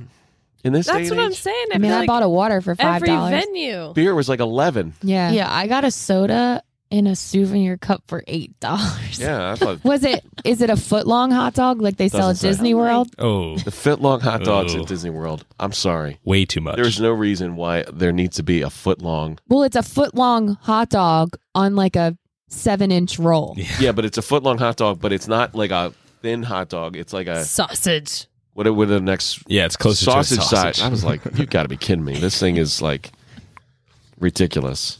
S1: in this day
S6: That's
S1: and
S6: what I'm
S1: age,
S6: saying.
S2: I mean,
S6: feel
S2: I
S6: like
S2: bought a water for five
S6: every
S2: dollars.
S6: venue.
S1: beer was like eleven.
S2: Yeah.
S5: Yeah, I got a soda in a souvenir cup for eight dollars.
S1: Yeah, I
S2: [LAUGHS]
S1: thought
S2: Was it? Is it a foot long hot dog like they sell
S1: Doesn't
S2: at
S1: say.
S2: Disney World?
S3: Oh,
S1: the fit long hot dogs
S3: Ooh.
S1: at Disney World. I'm sorry,
S3: way too much.
S1: there's no reason why there needs to be a foot long.
S2: Well, it's a foot long hot dog on like a seven inch roll.
S3: Yeah.
S1: Yeah, but it's a foot long hot dog, but it's not like a thin hot dog. It's like a
S6: Sausage.
S1: what? What are the next
S3: yeah, it's closer
S1: sausage,
S3: to a sausage.
S1: size. I was like, you got to be kidding me. This thing is like ridiculous.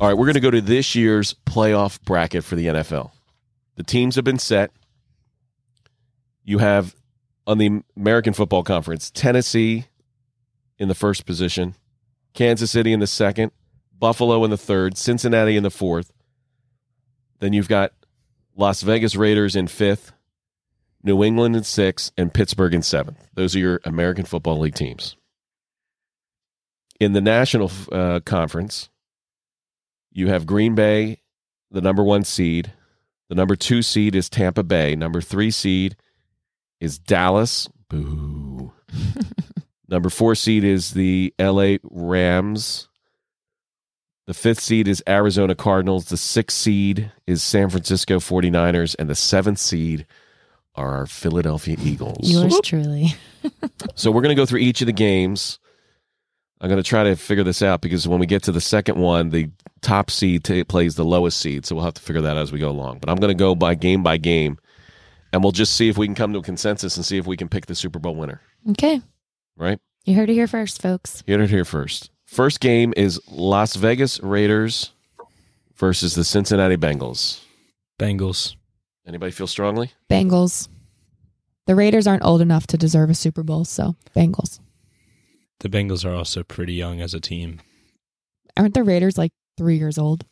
S1: All right, we're going to go to this year's playoff bracket for the NFL. The teams have been set. You have on the American Football Conference, Tennessee in the first position, Kansas City in the second, Buffalo in the third, Cincinnati in the fourth. Then you've got Las Vegas Raiders in fifth, New England in sixth, and Pittsburgh in seventh. Those are your American Football League teams. In the National uh, Conference, you have Green Bay, the number one seed. The number two seed is Tampa Bay. Number three seed is Dallas. Boo. Number four seed is the LA Rams. The fifth seed is Arizona Cardinals. The sixth seed is San Francisco 49ers. And the seventh seed are our Philadelphia Eagles.
S5: Yours truly.
S1: So we're going to go through each of the games. I'm going to try to figure this out because when we get to the second one, the top seed ta plays the lowest seed. So we'll have to figure that out as we go along. But I'm going to go by game by game and we'll just see if we can come to a consensus and see if we can pick the Super Bowl winner.
S5: Okay.
S1: Right.
S5: You heard it here first, folks.
S1: You heard it here first. First game is Las Vegas Raiders versus the Cincinnati Bengals.
S3: Bengals.
S1: Anybody feel strongly?
S2: Bengals. The Raiders aren't old enough to deserve a Super Bowl, so Bengals.
S3: The Bengals are also pretty young as a team.
S2: Aren't the Raiders like three years old?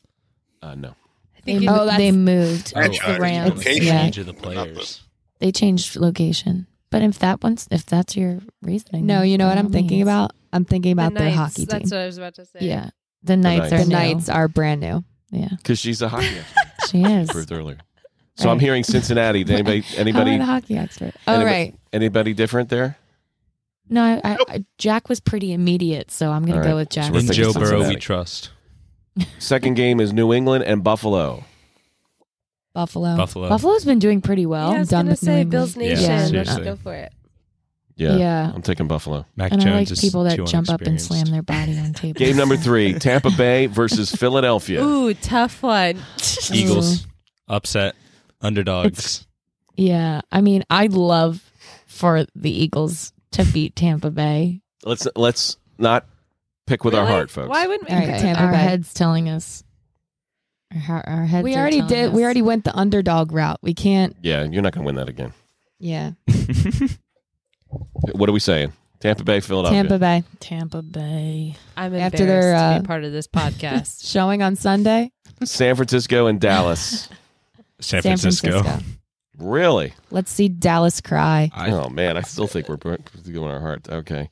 S1: Uh, no.
S6: I
S5: They,
S6: think
S5: mo- they moved.
S4: Oh,
S5: It's
S4: I
S5: the
S4: see.
S5: Rams.
S4: Okay.
S5: Yeah,
S3: Change of the players.
S5: they changed location. But if that one's if that's your reasoning,
S2: No,
S5: then
S2: you know
S5: by
S2: what I'm
S5: all
S2: thinking
S5: means.
S2: about? I'm thinking about their hockey team.
S6: That's what I was about to say.
S5: Yeah, the Knights
S1: Knights.
S5: are
S2: the
S5: new.
S2: Knights are brand new.
S5: Yeah,
S1: Because she's a hockey expert.
S5: she is. [LAUGHS]
S1: proved earlier. So I'm hearing Cincinnati. Did anybody
S5: I'm
S1: anybody
S5: a hockey expert. Oh
S1: Anybody-
S5: right.
S1: anybody different there?
S5: No, I, I, I, Jack was pretty immediate, so I'm gonna
S1: All
S5: go
S1: right.
S5: with
S1: So
S5: Jack.
S1: we're
S3: In
S1: thinking
S3: Joe Burrow,
S1: Cincinnati.
S3: we trust.
S1: Second game is New England and Buffalo.
S5: Oh.
S2: Buffalo.
S3: Buffalo.
S5: Buffalo's been doing pretty well.
S6: Yeah, I was
S2: done
S6: gonna
S2: with New
S6: say
S2: England.
S6: Bills
S3: Yeah,
S6: Nation. Let's
S3: seriously.
S6: go for it.
S1: Yeah.
S5: Yeah.
S1: I'm taking Buffalo.
S3: Mac
S5: And
S3: Jones
S5: I like
S3: is
S5: people that
S3: too
S5: jump up and slam
S3: inexperienced.
S5: their body on tables.
S1: Game number
S5: [LAUGHS]
S6: [LAUGHS]
S1: three, Tampa Bay versus Philadelphia.
S6: Ooh, tough one.
S3: Eagles upset underdogs.
S5: It's- Yeah, I mean, I'd love for the Eagles to beat Tampa Bay.
S1: Let's let's not pick with our
S6: Really?
S1: heart, folks.
S6: Why wouldn't we?
S2: All right,
S6: pick
S2: Tampa
S5: our
S2: Bay.
S5: heads telling us. Our, our heads.
S2: We
S5: are
S2: already
S5: telling
S2: did.
S5: us.
S2: We already went the underdog route. We can't.
S1: yeah, you're not going to win that again.
S2: Yeah.
S1: What are we saying? Tampa Bay, Philadelphia.
S2: Tampa Bay
S5: Tampa Bay.
S6: I'm embarrassed
S2: After their,
S6: to
S2: uh,
S6: be part of this
S2: [LAUGHS]
S6: podcast.
S2: showing on Sunday.
S1: San Francisco and
S6: [LAUGHS]
S1: Dallas.
S3: [LAUGHS] San Francisco.
S1: really?
S2: Let's see Dallas cry.
S3: I,
S1: oh man, I still think we're going our heart. Okay.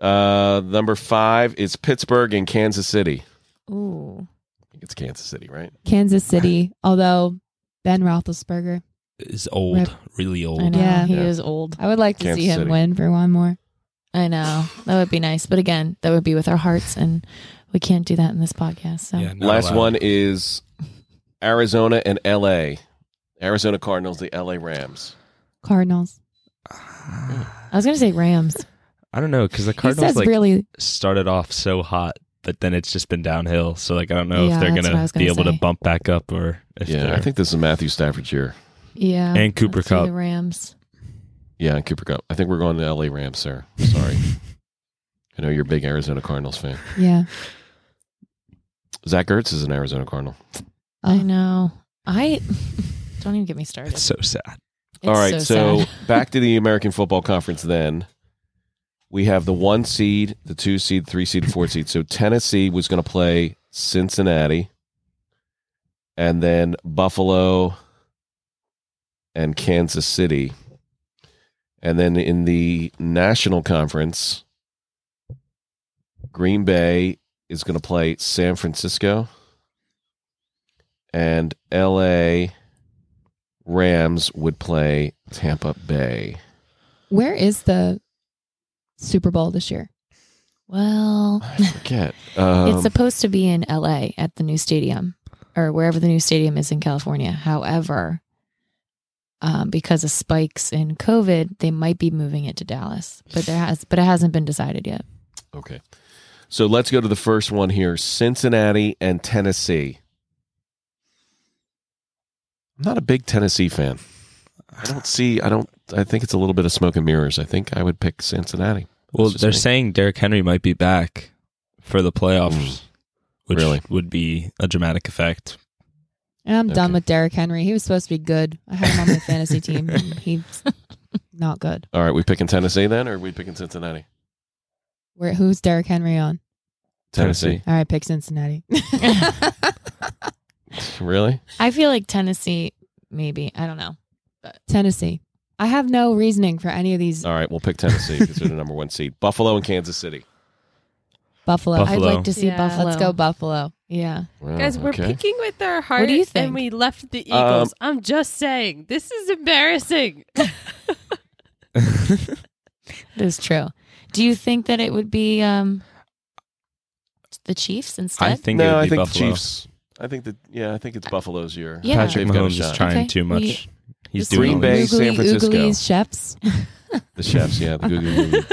S1: Uh, number five is Pittsburgh and Kansas City.
S5: Ooh.
S1: I think it's Kansas City, right?
S2: Kansas City. Although Ben Roethlisberger,
S3: is old, really
S5: I
S3: old.
S5: know.
S2: Yeah.
S5: He
S1: Yeah.
S5: is old.
S2: I would like to
S1: Kansas
S2: see him
S1: City.
S2: win for one more.
S5: I know. That would be nice. But again, that would be with our hearts, and we can't do that in this podcast. So
S3: Yeah, not
S1: Last
S3: allowed.
S1: one is Arizona and L.A. Arizona Cardinals, the L.A. Rams.
S2: Cardinals.
S5: I was going to say Rams.
S3: [SIGHS] I don't know because the
S2: He
S3: Cardinals
S2: says
S3: like
S2: really.
S3: started off so hot, but then it's just been downhill. So like I don't know
S5: Yeah,
S3: if they're
S5: that's what I
S3: gonna,
S5: was gonna
S3: be able
S5: say.
S3: to bump back up or if
S1: Yeah,
S3: they're.
S1: I think this is Matthew Stafford's year.
S5: Yeah.
S3: And Cooper
S5: let's do
S3: Kupp.
S5: The Rams.
S1: Yeah, and Cooper Cup. I think we're going to L.A. Rams, sir.
S5: [LAUGHS]
S1: Sorry. I know you're a big Arizona Cardinals fan.
S2: Yeah.
S1: Zach Ertz is an Arizona Cardinal.
S2: uh,
S5: I know. I [LAUGHS] don't even get me
S3: [LAUGHS]
S5: started.
S3: it's so sad.
S5: It's
S1: All right, so,
S5: sad.
S1: [LAUGHS] back to the American Football Conference. Then we have the one seed, the two seed, three seed, and four seed. So Tennessee was going to play Cincinnati, and then Buffalo and Kansas City, and then in the National Conference, Green Bay is going to play San Francisco, and L.A. Rams would play Tampa Bay.
S2: Where is the Super Bowl this year? [LAUGHS]
S5: well,
S1: I forget. Um,
S5: it's supposed to be in LA at the new stadium or wherever the new stadium is in California. However, um, because of spikes in COVID, they might be moving it to Dallas, but there has, but it hasn't been decided
S1: [LAUGHS]
S5: yet.
S1: okay. So let's go to the first one here Cincinnati and Tennessee. I'm not a big Tennessee fan. I don't see, I don't, I think it's a little bit of smoke and mirrors. I think I would pick Cincinnati.
S3: Well,
S1: It's just
S3: they're
S1: me.
S3: saying Derrick Henry might be back for the playoffs,
S1: Mm.
S3: which
S1: Really?
S3: would be a dramatic [LAUGHS] effect.
S2: And I'm
S1: Okay.
S2: done with Derrick Henry. He was supposed to be good. I had him on my fantasy team. and He's not good.
S1: All right, we picking Tennessee then, or are we picking Cincinnati?
S2: Where who's Derrick Henry on?
S1: Tennessee.
S2: All right, pick Cincinnati.
S1: really?
S5: I feel like Tennessee, maybe, I don't know.
S2: Tennessee. I have no reasoning for any of these
S1: All right, we'll pick Tennessee because they're the number one seed. Buffalo and Kansas City.
S2: Buffalo.
S3: Buff- Buffalo.
S5: I'd like to see
S6: Yeah.
S5: Buffalo.
S2: Let's go Buffalo.
S5: Yeah.
S1: Wow,
S6: Guys, we're
S1: okay.
S6: picking with our heart,
S5: do you think?
S6: and we left the
S1: Um,
S6: Eagles. I'm just saying, this is embarrassing.
S5: That is true. Do you think that it would be, um, the Chiefs instead?
S3: I think it
S1: no,
S3: would be
S1: I think
S3: Buffalo.
S1: the Chiefs. I think that, yeah, I think it's Buffalo's year.
S5: Yeah.
S3: Patrick
S1: They've got a
S3: Mahomes is
S1: shot.
S3: trying
S5: Okay,
S3: too much.
S5: we-
S3: He's
S1: This
S3: doing
S1: Green Bay,
S3: all
S1: San
S2: Oogly
S1: Francisco.
S2: Ooglies, chefs.
S3: [LAUGHS]
S1: The chefs, yeah, the goo goo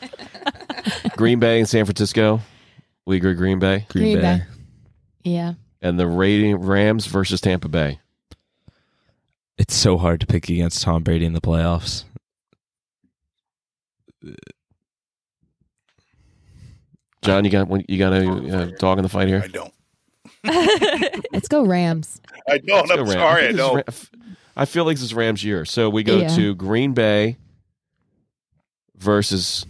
S1: goo. Green Bay and San Francisco. We agree, Green Bay
S3: Green,
S2: Green
S3: Bay.
S2: Bay.
S5: yeah.
S1: and the Ra- Rams versus Tampa Bay.
S3: It's so hard to pick against Tom Brady in the playoffs.
S1: John, you got one- you got a uh, dog in the fight here.
S4: I don't.
S2: Let's go Rams.
S4: I don't.
S1: Let's go
S4: Oh, I'm
S1: Rams. think
S4: sorry. I
S1: this is
S4: don't.
S1: Ra- f- I feel like this is Rams year. So we go
S2: Yeah.
S1: to Green Bay versus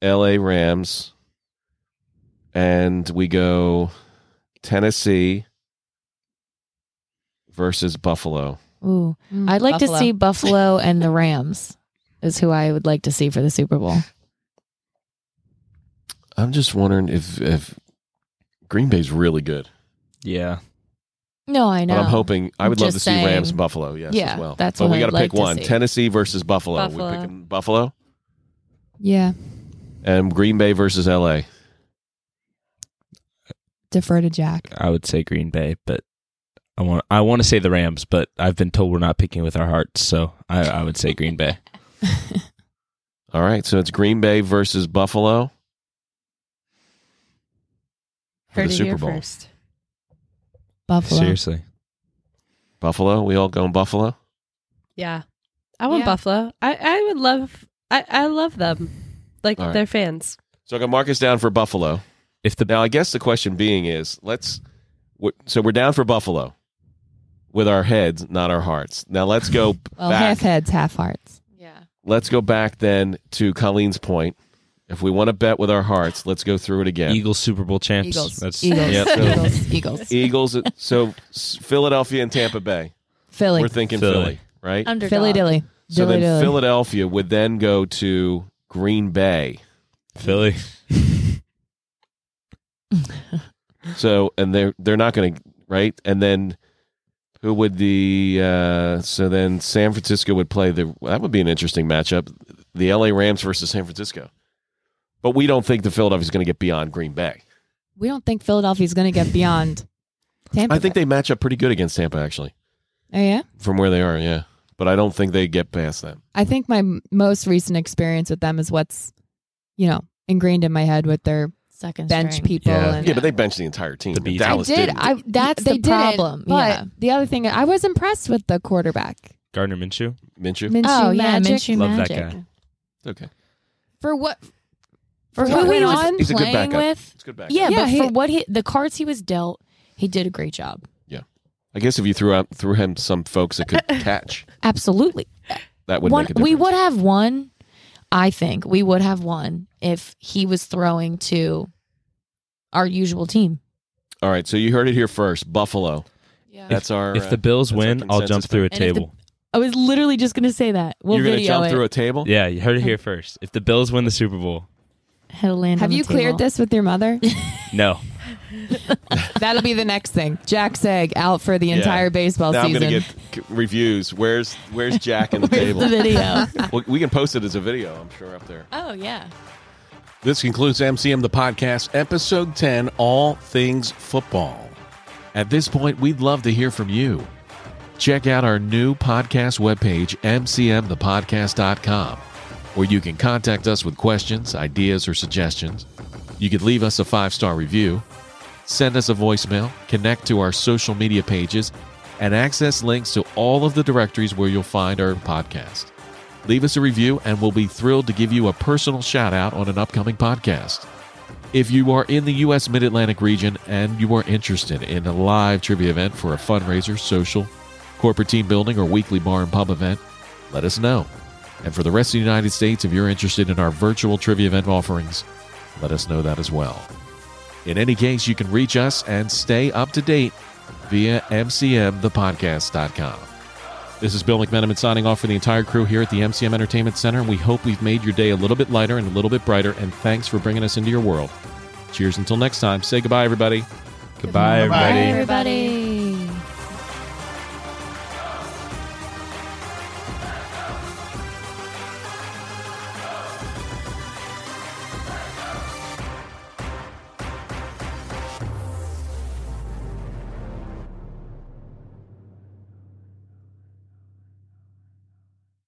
S1: L.A. Rams, and we go Tennessee versus Buffalo.
S5: Ooh, I'd like
S2: Buffalo.
S5: to see Mm. Buffalo and the Rams is who I would like to see for the Super Bowl.
S1: I'm just wondering if if Green Bay's really good,
S3: Yeah.
S5: No, I know.
S1: but I'm hoping I would
S5: I'm
S1: love to
S5: just
S1: see Rams
S5: saying.
S1: and Buffalo. Yes,
S5: Yeah,
S1: as well.
S5: that's
S1: but
S5: what
S1: we gotta
S5: I'd like
S1: pick
S5: to
S1: one:
S5: see.
S1: Tennessee versus Buffalo.
S6: Buffalo.
S1: We picking Buffalo
S2: Yeah.
S1: and Green Bay versus L.A.
S2: Defer to Jack.
S3: I would say Green Bay, but I want I want to say the Rams, but I've been told we're not picking with our hearts, so I, I would say Green Bay.
S1: All right, so it's Green Bay versus Buffalo for
S6: Heard
S1: the
S6: it
S1: Super
S6: here
S1: Bowl.
S6: first.
S2: Buffalo.
S3: Seriously.
S1: Buffalo, we all going Buffalo.
S6: Yeah, I want
S5: Yeah.
S6: Buffalo. I I would love. I I love them, like
S1: All right.
S6: they're fans.
S1: So I got Marcus down for Buffalo.
S3: If the
S1: Now I guess the question being is, let's. we so we're down for Buffalo, with our heads, not our hearts. Now let's
S6: [LAUGHS]
S1: go
S2: Well,
S1: back.
S2: half heads, half hearts.
S5: Yeah.
S1: Let's go back then to Colleen's point. If we want to bet with our hearts, let's go through it again.
S3: Eagles Super Bowl champs,
S5: Eagles.
S3: that's [LAUGHS]
S5: Eagles.
S3: yep.
S1: so-
S2: [LAUGHS]
S5: Eagles. Eagles.
S1: Eagles. so s- Philadelphia and Tampa Bay.
S2: Philly.
S1: we're thinking Philly,
S3: Philly.
S1: right?
S5: Underdog.
S2: Philly dilly.
S1: so
S2: Dilly
S1: then
S2: dilly.
S1: Philadelphia would then go to Green Bay.
S3: Philly.
S1: So and they're they're not going to right. And then who would the uh, so then San Francisco would play the that would be an interesting matchup, the L.A. Rams versus San Francisco. But we don't think the Philadelphia's going to get beyond Green Bay.
S2: we don't think Philadelphia's going to get beyond Tampa.
S1: I think they match up pretty good against Tampa actually,
S2: Oh, yeah.
S1: from where they are. Yeah, but I don't think they get past them.
S2: I think my m- most recent experience with them is what's, you know, ingrained in my head with their
S5: Second
S2: bench
S5: string.
S2: people.
S3: Yeah.
S2: And
S1: Yeah, but they bench the entire team.
S3: The
S1: and
S3: Bees. I
S1: Dallas
S2: I did.
S1: didn't.
S2: I that's
S5: the
S2: they didn't,
S5: problem,
S2: But
S5: yeah.
S2: the other thing, I was impressed with the quarterback
S3: Gardner Minshew.
S1: Minshew.
S2: Minshew
S5: Oh, yeah.
S2: Magic
S5: Minshew
S3: Love that
S5: Magic.
S3: guy.
S1: Okay,
S2: for what
S5: For
S2: Yeah.
S5: who he
S2: He's a-
S5: was
S1: he's a good
S5: playing
S1: backup.
S5: with.
S1: it's good back.
S5: Yeah,
S2: Yeah,
S5: but
S2: he-
S5: for what he, the cards he was dealt, he did a great job.
S1: I guess if you threw out threw him some folks that [LAUGHS] could catch,
S5: Absolutely.
S1: that would
S5: One-
S1: make a difference.
S5: we would have won. I think we would have won if he was throwing to our usual team.
S1: All right, so you heard it here first. Buffalo.
S5: Yeah.
S1: That's our. uh,
S3: If the Bills
S1: that's our
S3: win, I'll jump
S1: consensus
S3: through a
S5: pick. And if the-
S3: table.
S5: I was literally just going to say that. We'll
S1: you're gonna
S5: video
S1: jump
S5: it.
S1: through a table.
S3: yeah, you heard it here first. If the Bills win the Super Bowl,
S5: He'll land
S2: have
S5: on the
S2: you cleared
S5: table. [LAUGHS]
S2: this with your mother?
S3: no.
S2: That'll be the next thing. Jack Sag out for the entire baseball
S1: Now I'm
S2: season.
S1: gonna get c- reviews. Where's Where's Jack in the
S5: Where's
S1: table?
S5: the video?
S1: Well, we can post it as a video. I'm sure up there.
S5: oh yeah.
S1: This concludes MCM the podcast, episode 10, All Things Football. At this point, we'd love to hear from you. Check out our new podcast webpage, mcmthepodcast.com, where you can contact us with questions, ideas, or suggestions. You could leave us a five star review, send us a voicemail, connect to our social media pages, and access links to all of the directories where you'll find our podcast leave us a review, and we'll be thrilled to give you a personal shout out on an upcoming podcast. If you are in the U.S. Mid Atlantic region and you are interested in a live trivia event for a fundraiser, social, corporate team building, or weekly bar and pub event, let us know. And for the rest of the United States, if you're interested in our virtual trivia event offerings, let us know that as well. In any case, you can reach us and stay up to date via mcmthepodcast.com. This is Bill McMenamin signing off for the entire crew here at the MCM Entertainment Center, and we hope we've made your day a little bit lighter and a little bit brighter, and thanks for bringing us into your world. Cheers until next time. Say goodbye, everybody.
S3: Goodbye,
S4: everybody.
S5: Bye everybody.